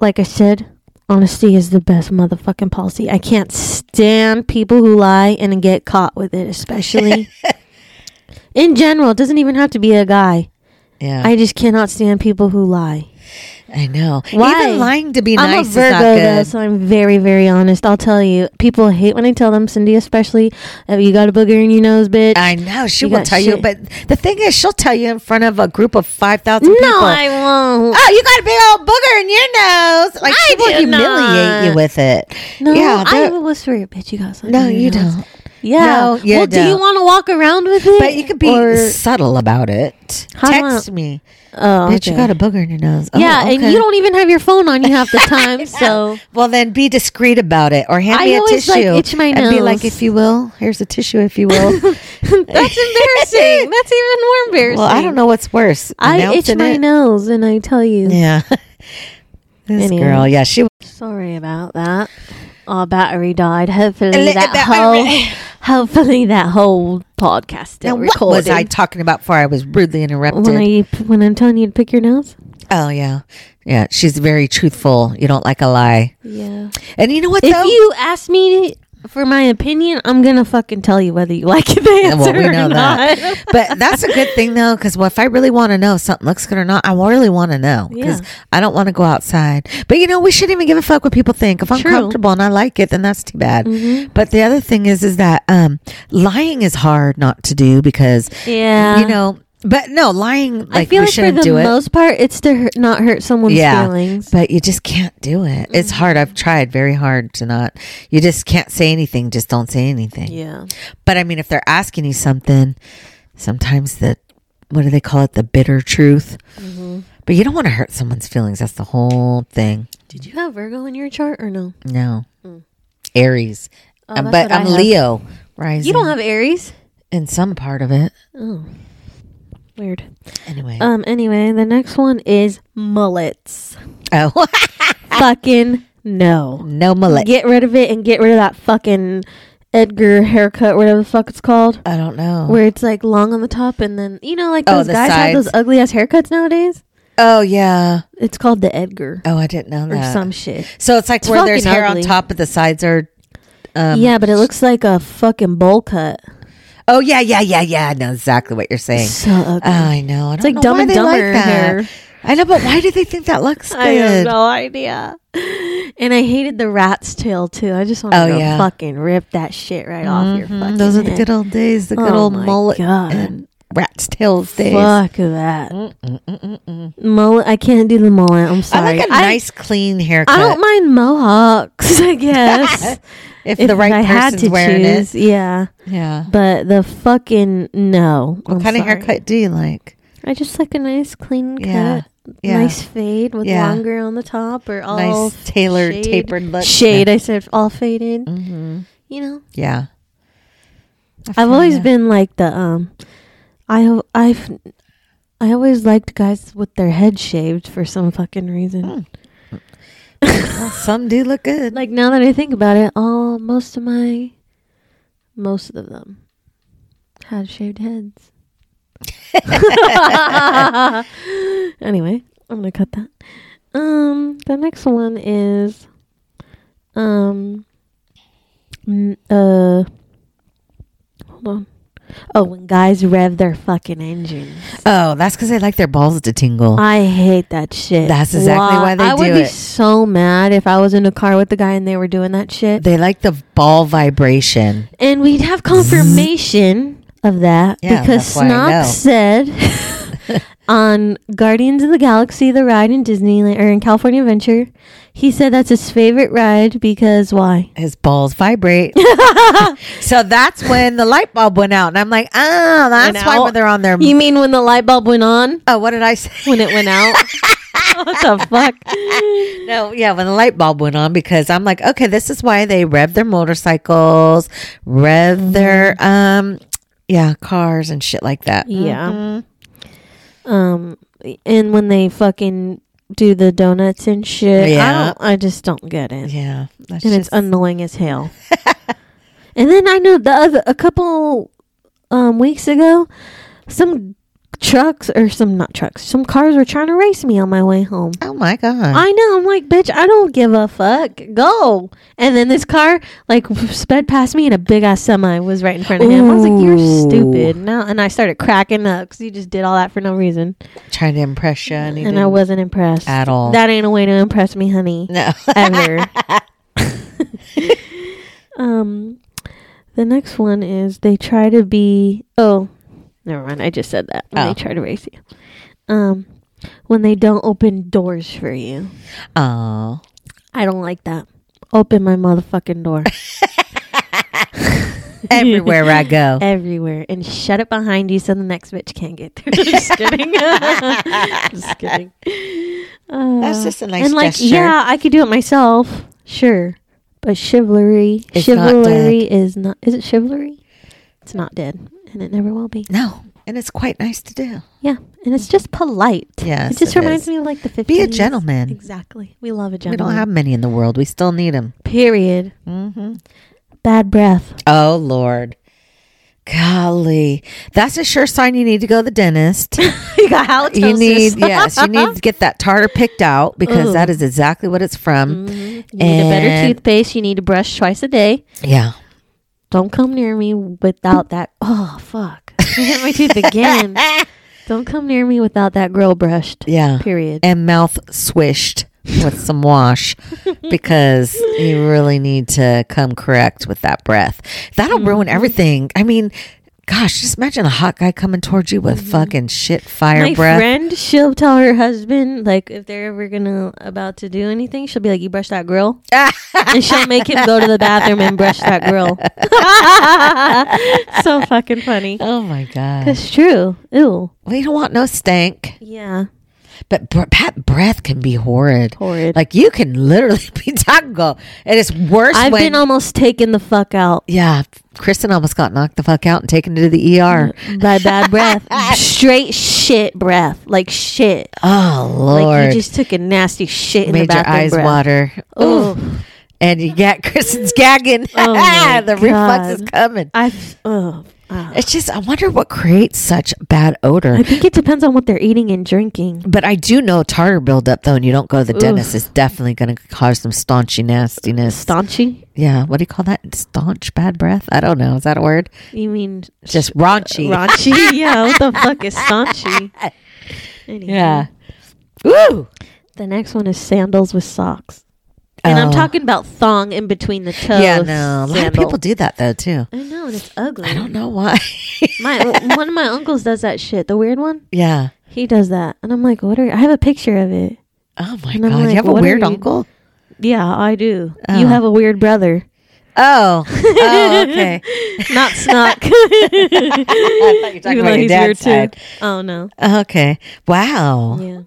Like I said, honesty is the best motherfucking policy. I can't stand people who lie and get caught with it, especially in general. It doesn't even have to be a guy. *laughs* Yeah. I just cannot stand people who lie. I know. Why? Even lying to be I'm nice a is Virgo, not though, good. so I'm very, very honest. I'll tell you, people hate when I tell them, Cindy, especially, "Oh, you got a booger in your nose, bitch. I know she You will got tell you, shit. but the thing is, she'll tell you in front of a group of five thousand no, people. *laughs* I won't. oh, you got a big old booger in your nose. Like she I will do humiliate not. you with it. No, yeah, I they're- will whisper it, bitch. You got something. no, in your you nose." don't. Yeah. No, you well, do you don't. want to walk around with it? But you could be Or- subtle about it. How Text me, oh, bitch. You okay. got a booger in your nose. Oh, Yeah, and okay. you don't even have your phone on you half *laughs* the time. So Well, then be discreet about it, or hand I me a always, tissue like, itch my and be like, nose. if you will, here's a tissue, if you *laughs* will. *laughs* that's embarrassing. That's even more embarrassing. well, I don't know what's worse. I itch announcing my it nose, and I tell you, Yeah. *laughs* this Anyway. girl, yeah, she. sorry about that. Our battery died. Hopefully Let that that *laughs* whole, battery- hopefully that whole podcast Now, still what was recorded. I talking about before I was rudely interrupted? when I when I'm telling you to pick your nose? oh yeah, yeah. She's very truthful. You don't like a lie. Yeah. And you know what? If though? you ask me for my opinion, I'm gonna fucking tell you whether you *laughs* like the answer *laughs* well, we know or not. that. *laughs* but that's a good thing though, because well, if I really want to know if something looks good or not, I really want to know because Yeah. I don't want to go outside. But you know, we shouldn't even give a fuck what people think. If I'm True. Mm-hmm. comfortable and I like it, then that's too bad. But the other thing is, is that um, lying is hard not to do because *laughs* yeah, you know. But no, lying like Uh. I feel we like for shouldn't the do it. most part, it's to hurt, not hurt someone's feelings. Mm-hmm. But you just can't do it. It's hard. I've tried very hard to not. You just can't say anything. Just don't say anything. Yeah, But I mean, if they're asking you something, sometimes the, what do they call it? The bitter truth. Mm-hmm. But you don't want to hurt someone's feelings. That's the whole thing. did you have Virgo in your chart or no? No. Aries. Mm. Oh, Um, that's but what I I'm have. Leo rising. You don't have Aries. In some part of it. Oh, weird. Anyway. Um. Anyway, the next one is mullets. oh. *laughs* fucking no. no mullet. Get rid of it and get rid of that fucking Edgar haircut, whatever the fuck it's called. I don't know. where it's like long on the top and then you know like Oh, those the guys sides. have those ugly ass haircuts nowadays. oh, yeah. It's called the Edgar Oh, I didn't know or that. some shit. So it's like It's where there's fucking hair ugly. on top, but the sides are. Um, yeah, but it looks like a fucking bowl cut. Oh yeah, yeah, yeah, yeah. I know exactly what you're saying. Ah, So ugly. Uh, I know. I don't it's like know Dumb why and they like Dumber that. hair. I know, but why do they think that looks good? I have no idea. And I hated the rat's tail too. I just want Oh, to yeah. fucking rip that shit right off your fucking. Mm, Those are the head. good old days. The good Oh old my mullet God. and rat's tails days. Fuck Mm, that mullet. I can't do the mullet. I'm I sorry. like a nice, clean haircut. I *laughs* don't mind mohawks. *laughs* I guess if, the right I person's had to wearing choose, yeah. it. Yeah. But the fucking no. What kind of haircut do you like? I just like a nice clean cut. Yeah. Yeah. Nice fade with Yeah. longer on the top or all nice tailored, Oh, shade- tapered look. Shade, I said all faded. hmm You know, Yeah. I I've feel always ya. been like the um, I al- I've I always liked guys with their head shaved for some fucking reason. *laughs* Hmm. Well, some do look good. Like now that I think about it, all most of my most of them had shaved heads. *laughs* Anyway, I'm gonna cut that. Um, the next one is, um, mm, uh, hold on. Oh, when guys rev their fucking engines, Oh, that's because they like their balls to tingle. I hate that shit. That's exactly why they I would do be it. so mad if I was in a car with the guy and they were doing that shit, they like the ball *laughs* vibration. and we'd have confirmation of that Yeah, because that's why I Snob said. *laughs* on Guardians of the Galaxy, the ride in Disneyland or in California Adventure. He said that's his favorite ride because why? *laughs* His balls vibrate. so that's when the light bulb went out. And I'm like, oh, that's Went why out? when they're on their. You mean when the light bulb went on? *laughs* oh, what did I say? When it went out? *laughs* what the fuck? No, yeah, when the light bulb went on, because I'm like, okay, this is why they rev their motorcycles, rev Mm-hmm. their um, yeah, cars and shit like that. Mm-hmm. Yeah. Um, and when they fucking do the donuts and shit, I Yeah. don't. I just don't get it, yeah, that's just, and it's annoying as hell. *laughs* and then I know the other a couple um weeks ago, some trucks or some not trucks, some cars were trying to race me on my way home. oh my god, I know. I'm like, bitch, I don't give a fuck. Go. And then this car like sped past me, and a big ass semi was right in front of him. I was like, you're Ooh. stupid. No, and I started cracking up because you just did all that for no reason, trying to impress you, and, he and I didn't wasn't impressed at all. That ain't a way to impress me, honey. *laughs* no, *laughs* Ever. um, the next one is they try to be. Oh, never mind. I just said that. When Oh. They try to race you. Um, when they don't open doors for you. oh, I don't like that. Open my *laughs* motherfucking door everywhere I go, everywhere *laughs* and shut it behind you so the next bitch can't get through. *laughs* just kidding. just kidding. Uh, That's just a nice and like, gesture. yeah, I could do it myself, sure, but chivalry, It's not chivalry is not. Is it chivalry? It's not dead, and it never will be. no, and it's quite nice to do. Yeah, and it's just polite. Yes, it just it reminds is. me of like the fifties. Be a gentleman. Exactly, we love a We gentleman. don't have many in the world. We still need them. period. Mm-hmm. *laughs* Bad breath. Oh Lord. Golly, that's a sure sign you need to go to the dentist. you got halitosis. You need yes, *laughs* you need to get that tartar picked out because Ugh. that is exactly what it's Mm. from. Mm-hmm. You need a better And- toothpaste. You need to brush twice a day. Yeah. Don't come near me without that. Oh fuck! *laughs* I hit my *laughs* tooth again. Don't come near me without that grill brushed. Yeah. Period. And mouth swished with some wash because you really need to come correct with that breath. That'll ruin everything. I mean, gosh, just imagine a hot guy coming towards you with fucking shit fire my breath. friend, she'll tell her husband like if they're ever gonna about to do anything, she'll be like, "You brush that grill," *laughs* and she'll make him go to the bathroom and brush that grill. *laughs* so fucking funny. Oh my god. It's true. Ew. We don't want no stank, Yeah. but br- that breath can be horrid. Horrid. Like you can literally *laughs* be tango. It is worse I've when been almost taken the fuck out Yeah, Kristen almost got knocked the fuck out and taken to the ER. by *laughs* bad breath. Straight shit breath. Like shit. Oh Lord, Like you just took a nasty shit in the made your bathroom eyes breath. water. Ooh. Ugh. and you got *laughs* Kristen's gagging. *laughs* Oh, my the reflex is coming. I f- ugh. Ah. It's just I wonder what creates such bad odor. I think it depends on what they're eating and drinking. But I do know tartar buildup though, and you don't go to the dentist is definitely going to cause some staunchy nastiness. Staunchy? yeah, what do you call that? Staunch bad breath? I don't know. Is that a word? You mean Just raunchy. *laughs* raunchy? yeah. What the fuck is staunchy? Anyway. Yeah. Mm-hmm. Woo. The next one is sandals with socks. And I'm Oh. talking about thong in between the toes. Yeah, no. A lot of sandal. people do that though too. I know, and it's ugly. I don't know why. my one of my uncles does that shit. The weird one, *laughs* yeah. he does that, and I'm like, what are? I have a picture of it. Oh my And god! I'm like, you have a what are weird you- uncle. Yeah, I do. Oh. You have a weird brother, *laughs* Oh. Oh, okay. *laughs* not snuck. I thought you were talking Even about though your he's dad's weird too. side. Oh no, Okay. Wow. yeah,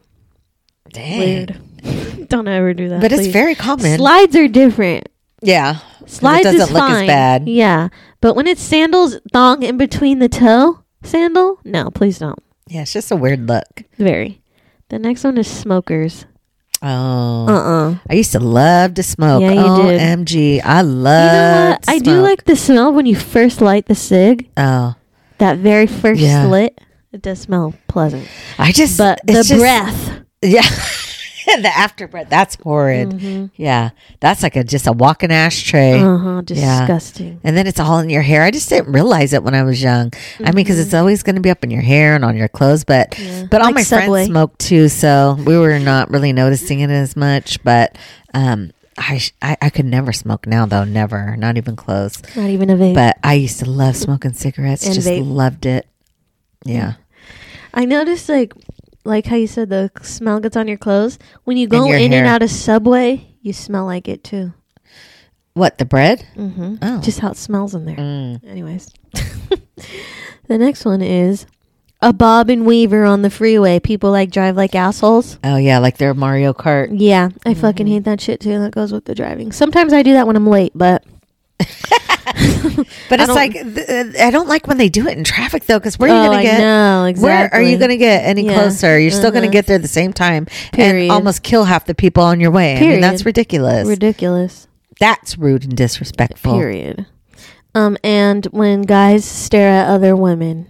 Dang. weird. *laughs* don't ever do that. But it's please. very common. Slides are different. yeah. 'Cause Slides It doesn't is look fine. as bad. Yeah, but when it's sandals, thong in between the toe, sandal. No, please don't. Yeah, it's just a weird look. Very. The next one is smokers. Oh. Uh uh I used to love to smoke. Yeah, you did. Omg, I You know love. what? I do like the smell when you first light the cig. Oh. That very first Yeah. slit It does smell pleasant, I just but the it's just- breath. *laughs* yeah, the after breath that's horrid. Mm-hmm. Mm. Yeah, that's like a just a walking ashtray. Uh huh. Eh. Yeah. Disgusting. And then it's all in your hair. I just didn't realize it when I was young. I mean, because it's always going to be up in your hair and on your clothes. But but all Mm. Like my Subway. friends smoked too, so we were not really noticing it as much. But um, I, sh- I I could never smoke now though, never, not even close. Not even a vape. But I used to love smoking cigarettes. And Mm. just vape. loved it. Yeah, I noticed like like how you said the smell gets on your clothes when you go your in hair. and out of Subway. You smell like it too. what the bread? Mm-hmm. Oh. Just how it smells in there. Mm. Anyways, *laughs* the next one is a bob and weaver on the freeway. People like drive like assholes. Oh yeah, like their Mario Kart. Yeah, I Mm-hmm. fucking hate that shit too. That goes with the driving. Sometimes I do that when I'm late, but But I it's don't- like th- uh, I don't like when they do it in traffic though, because where are you oh, going to I get? know exactly. Where are you going to get any Yeah. closer? You're still going to Uh-huh. get there at the same time Period. and almost kill half the people on your way. I mean, Period. that's ridiculous. Ridiculous. that's rude and disrespectful. Period. Um, and when guys stare at other women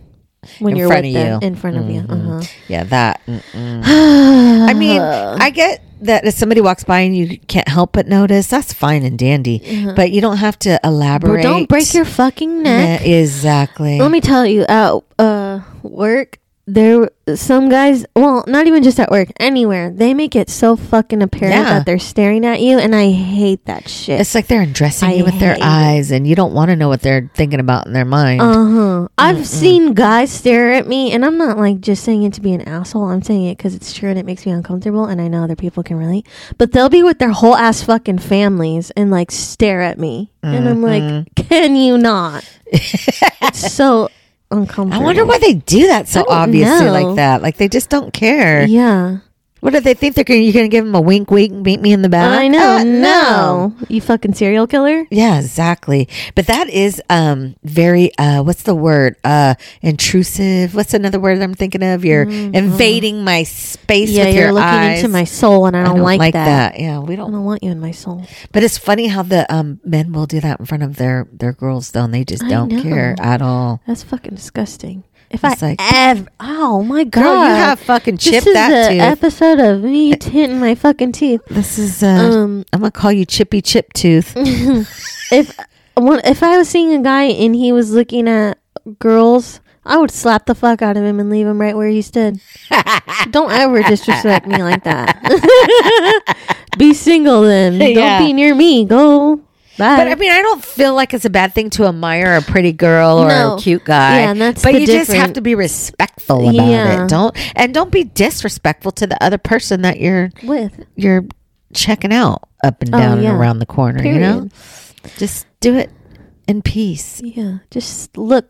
when In you're front with of them you. in front of you. Uh-huh. Yeah, that. mm-mm. I *sighs* mean, I get that if somebody walks by and you can't help but notice, that's fine and dandy. But you don't have to Bro, elaborate. Uh-huh. don't break your fucking Yeah, neck. exactly. Let me tell you, at uh, work, there some guys. Well, not even just at work, anywhere. They make it so fucking apparent Yeah. that they're staring at you, and I hate that shit. it's like they're undressing I you with hate their it. eyes, and you don't want to know what they're thinking about in their mind. Uh huh. I've seen guys stare at me, and I'm not like just saying it to be an asshole. I'm saying it because it's true and it makes me uncomfortable, and I know other people can relate. But they'll be with their whole ass fucking families and like stare at me, and I'm Mm-hmm. like, can *laughs* you not? it's so I uncomfortable. wonder why they do that so don't obviously know. like that. Like they just don't care. Yeah, What do they think they're gonna, you're going to give them a wink, wink, beat me in the back? I know. Uh, no, you fucking serial killer. Yeah, exactly. But that is um very uh what's the word? Uh intrusive. What's another word I'm thinking of? You're invading my space Mm-hmm. Yeah, with you're your looking eyes. into my soul, and I don't, like, that. Yeah, we I don't don't want you in my soul. But it's funny how the um men will do that in front of their their girls though and they just I don't know. care at all. That's fucking disgusting. If It's I like- ever, oh my god, Girl, you have fucking this chipped is that a tooth. episode of *laughs* me tinting my fucking teeth. this is uh Um, I'm going to call you Chippy Chip Tooth. *laughs* if one, if I was seeing a guy and he was looking at girls, I would slap the fuck out of him and leave him right where he stood. Don't ever disrespect me like *laughs* that. be single then. *laughs* Yeah. Don't be near me. Go. Bye. But I mean, I don't feel like it's a bad thing to admire a pretty girl or No. a cute guy. Yeah, and that's but the you just different- have to be respectful about Yeah. it. Don't and don't be disrespectful to the other person that you're with you're checking out up and Oh, down yeah. and around the corner. period. You know, just do it in peace, Yeah. Just look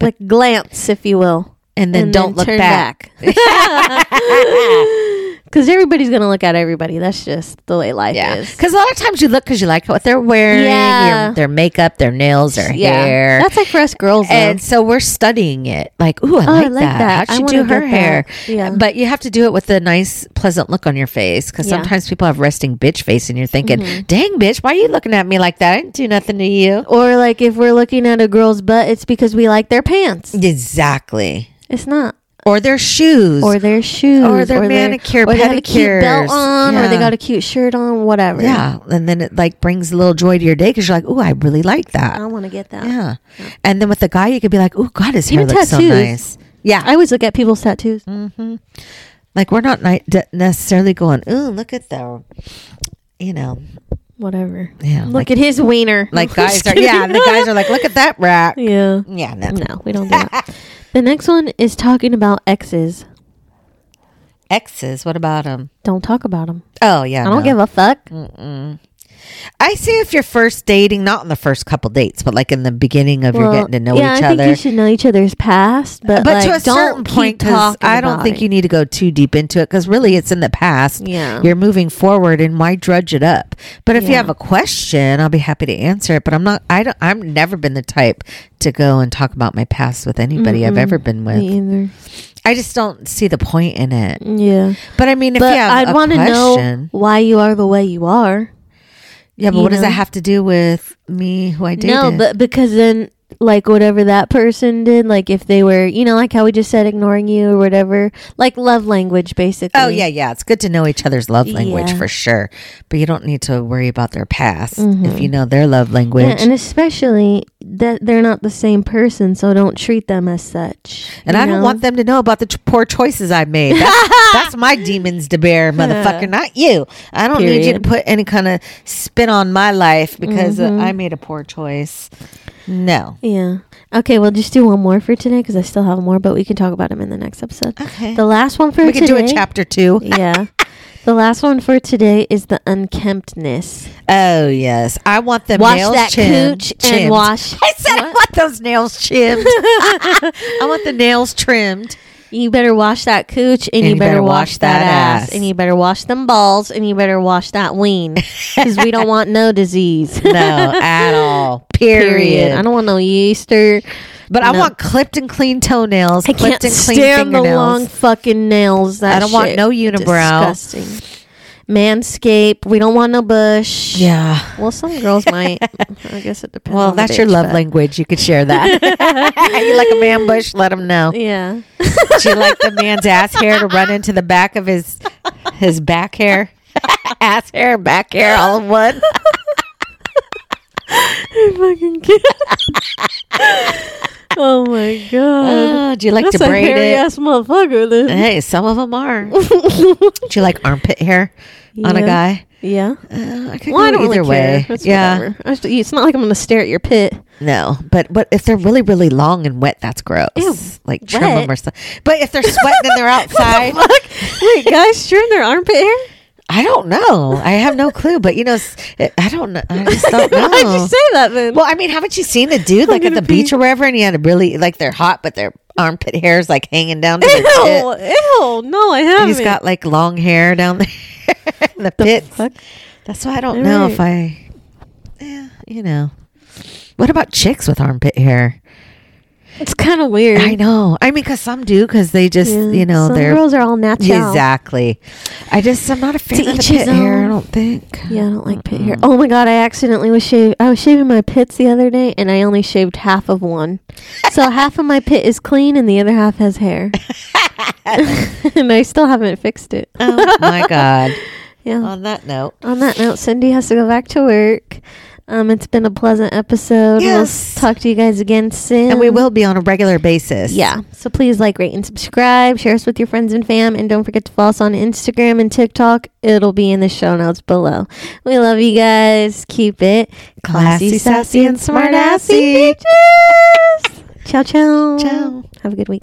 like glance, if you will. and then don't look turn back. *laughs* *laughs* Because everybody's gonna look at everybody. That's just the way life Yeah, is. because a lot of times you look because you like what they're wearing, Yeah. your, their makeup, their nails, their hair. that's like for us girls. Though. and so we're studying it. Like, ooh, I, I like, like that. that. I How'd she wanna do her get hair? that. Yeah. But you have to do it with a nice, pleasant look on your face because Yeah. Mm-hmm. sometimes people have resting bitch face and you're thinking, dang, bitch, why are you looking at me like that? I didn't do nothing to you. or like if we're looking at a girl's butt, it's because we like their pants. Exactly. It's not. Or their shoes. Or their shoes, Or their manicure, or they have a cute belt pedicures. on, or they Yeah. got a cute shirt on, whatever. yeah. And then it like brings a little joy to your day because you're like, ooh, I really like that. I want to get that. yeah. And then with the guy, you could be like, ooh, God, his hair Even looks so tattoos. nice. Yeah. I always look at people's tattoos. Mm. Mm-hmm. like we're not ni- de- necessarily going, ooh, look at the, you know, Whatever. yeah. Look at his wiener. like *laughs* Just guys are kidding. yeah the guys are like look at that rack *laughs* yeah. yeah no. No, we *laughs* don't do that. the next one is talking about exes. *laughs* exes what about them Don't talk about them. oh yeah I don't no. give a fuck. i see if you're first dating not in the first couple dates but like in the beginning of you're Well, getting to know yeah, each I think other you should know each other's past, but, but like, to a don't certain point keep 'cause talking i don't about think it. you need to go too deep into it because really it's in the past Yeah. you're moving forward and why drudge it up but if you Yeah. have a question i'll be happy to answer it but i'm not i don't i've never been the type to go and talk about my past with anybody i've ever been with Me i just don't see the point in it either. Yeah, But I mean, if but you have I'd a want to know question, why you are the way you are. yeah. But you what does know? that have to do with me, who I dated? No, but because then like whatever that person did, like if they were, you know, like how we just said ignoring you or whatever, like love language basically. Oh yeah, yeah. It's good to know each other's love language Yeah. for sure. But you don't need to worry about their past if you know their love language. Mm-hmm. Yeah, and especially that they're not the same person, so don't treat them as such. And you I don't know? want them to know about the ch- poor choices I made. That's, *laughs* that's my demons to bear, motherfucker, not you. I don't need you to Period. Mm-hmm. put any kind of spin on my life because uh, I made a poor choice. No. Yeah. Okay, we'll just do one more for today because I still have more, but we can talk about them in the next episode. Okay. The last one for we could today. do a chapter two. *laughs* yeah. The last one for today is the unkemptness. Oh, yes. I want them Wash nails that chim- cooch and chimmed. wash- I said I What? want those nails chimmed. I want the nails trimmed. *laughs* You better wash that cooch, and, you better, wash, that, ass, and you better wash them balls, and you better wash that *laughs* ween, because we don't want no disease. *laughs* No, at all. Period. Period. I don't want no yeaster. But I No. want clipped and clean toenails. I clipped can't and clean stand the fingernails. long fucking nails. That I don't want shit. no unibrow. Disgusting. Manscape. We don't want no bush. Yeah. Well, some girls might. *laughs* I *laughs* guess it depends. Well, on the that's your bitch, love but- language. You could share *laughs* that. you like a man bush? Let him know. Yeah. *laughs* Do you like the man's ass hair to run into the back of his *laughs* his back hair? *laughs* ass hair and back hair all in one. I fucking kid. oh my god. Uh, do you like That's to a braid hairy it? ass motherfucker. Then. Hey, some of them are. do you like armpit hair on a Yeah. guy? Yeah. Uh, I could Well, I go don't either really way. care. It's yeah, whatever. I just- it's not like I'm gonna stare at your pit. no, but what if they're really, really long and wet? That's gross. Ew, like trim 'em wet? or something. But if they're sweating *laughs* *laughs* and they're outside, Fuck. Wait, guys, trim their armpit hair? I don't know. I have no clue. But you know, s- eh, I don't know. I just *laughs* don't know. Why'd you say that then? well, I mean, haven't you seen a dude like at gonna the pee. beach or wherever, and he had a really like they're hot, but their armpit hair is like hanging down to the pit. ew, ew. No, I haven't. And he's got like long hair down *laughs* there in the, pits. fuck? That's why I don't All know if I. Yeah, you know. What about chicks with armpit hair? It's kind of weird. I know. I mean, because some do, because they just Yeah. you know Some they're girls are all natural. exactly. I just I'm not a fan To of the each his pit hair. I own. don't think. Yeah, I don't like pit Mm-hmm. hair. Oh my god, I accidentally was shaving. I was shaving my pits the other day, and I only shaved half *laughs* of one. so half of my pit is clean, and the other half has hair. *laughs* and I still haven't fixed it. *laughs* Oh my god. Yeah. On that note. On that note, Cindy has to go back to work. Um, it's been a pleasant episode. We'll Yes. s- talk to you guys again soon. And we will be on a regular basis. Yeah. So please like, rate, and subscribe. Share us with your friends and fam. And don't forget to follow us on Instagram and TikTok. It'll be in the show notes below. We love you guys. Keep it Classy, sassy, and smart smart-assy, assy. bitches. Ciao, ciao. Ciao. Have a good week.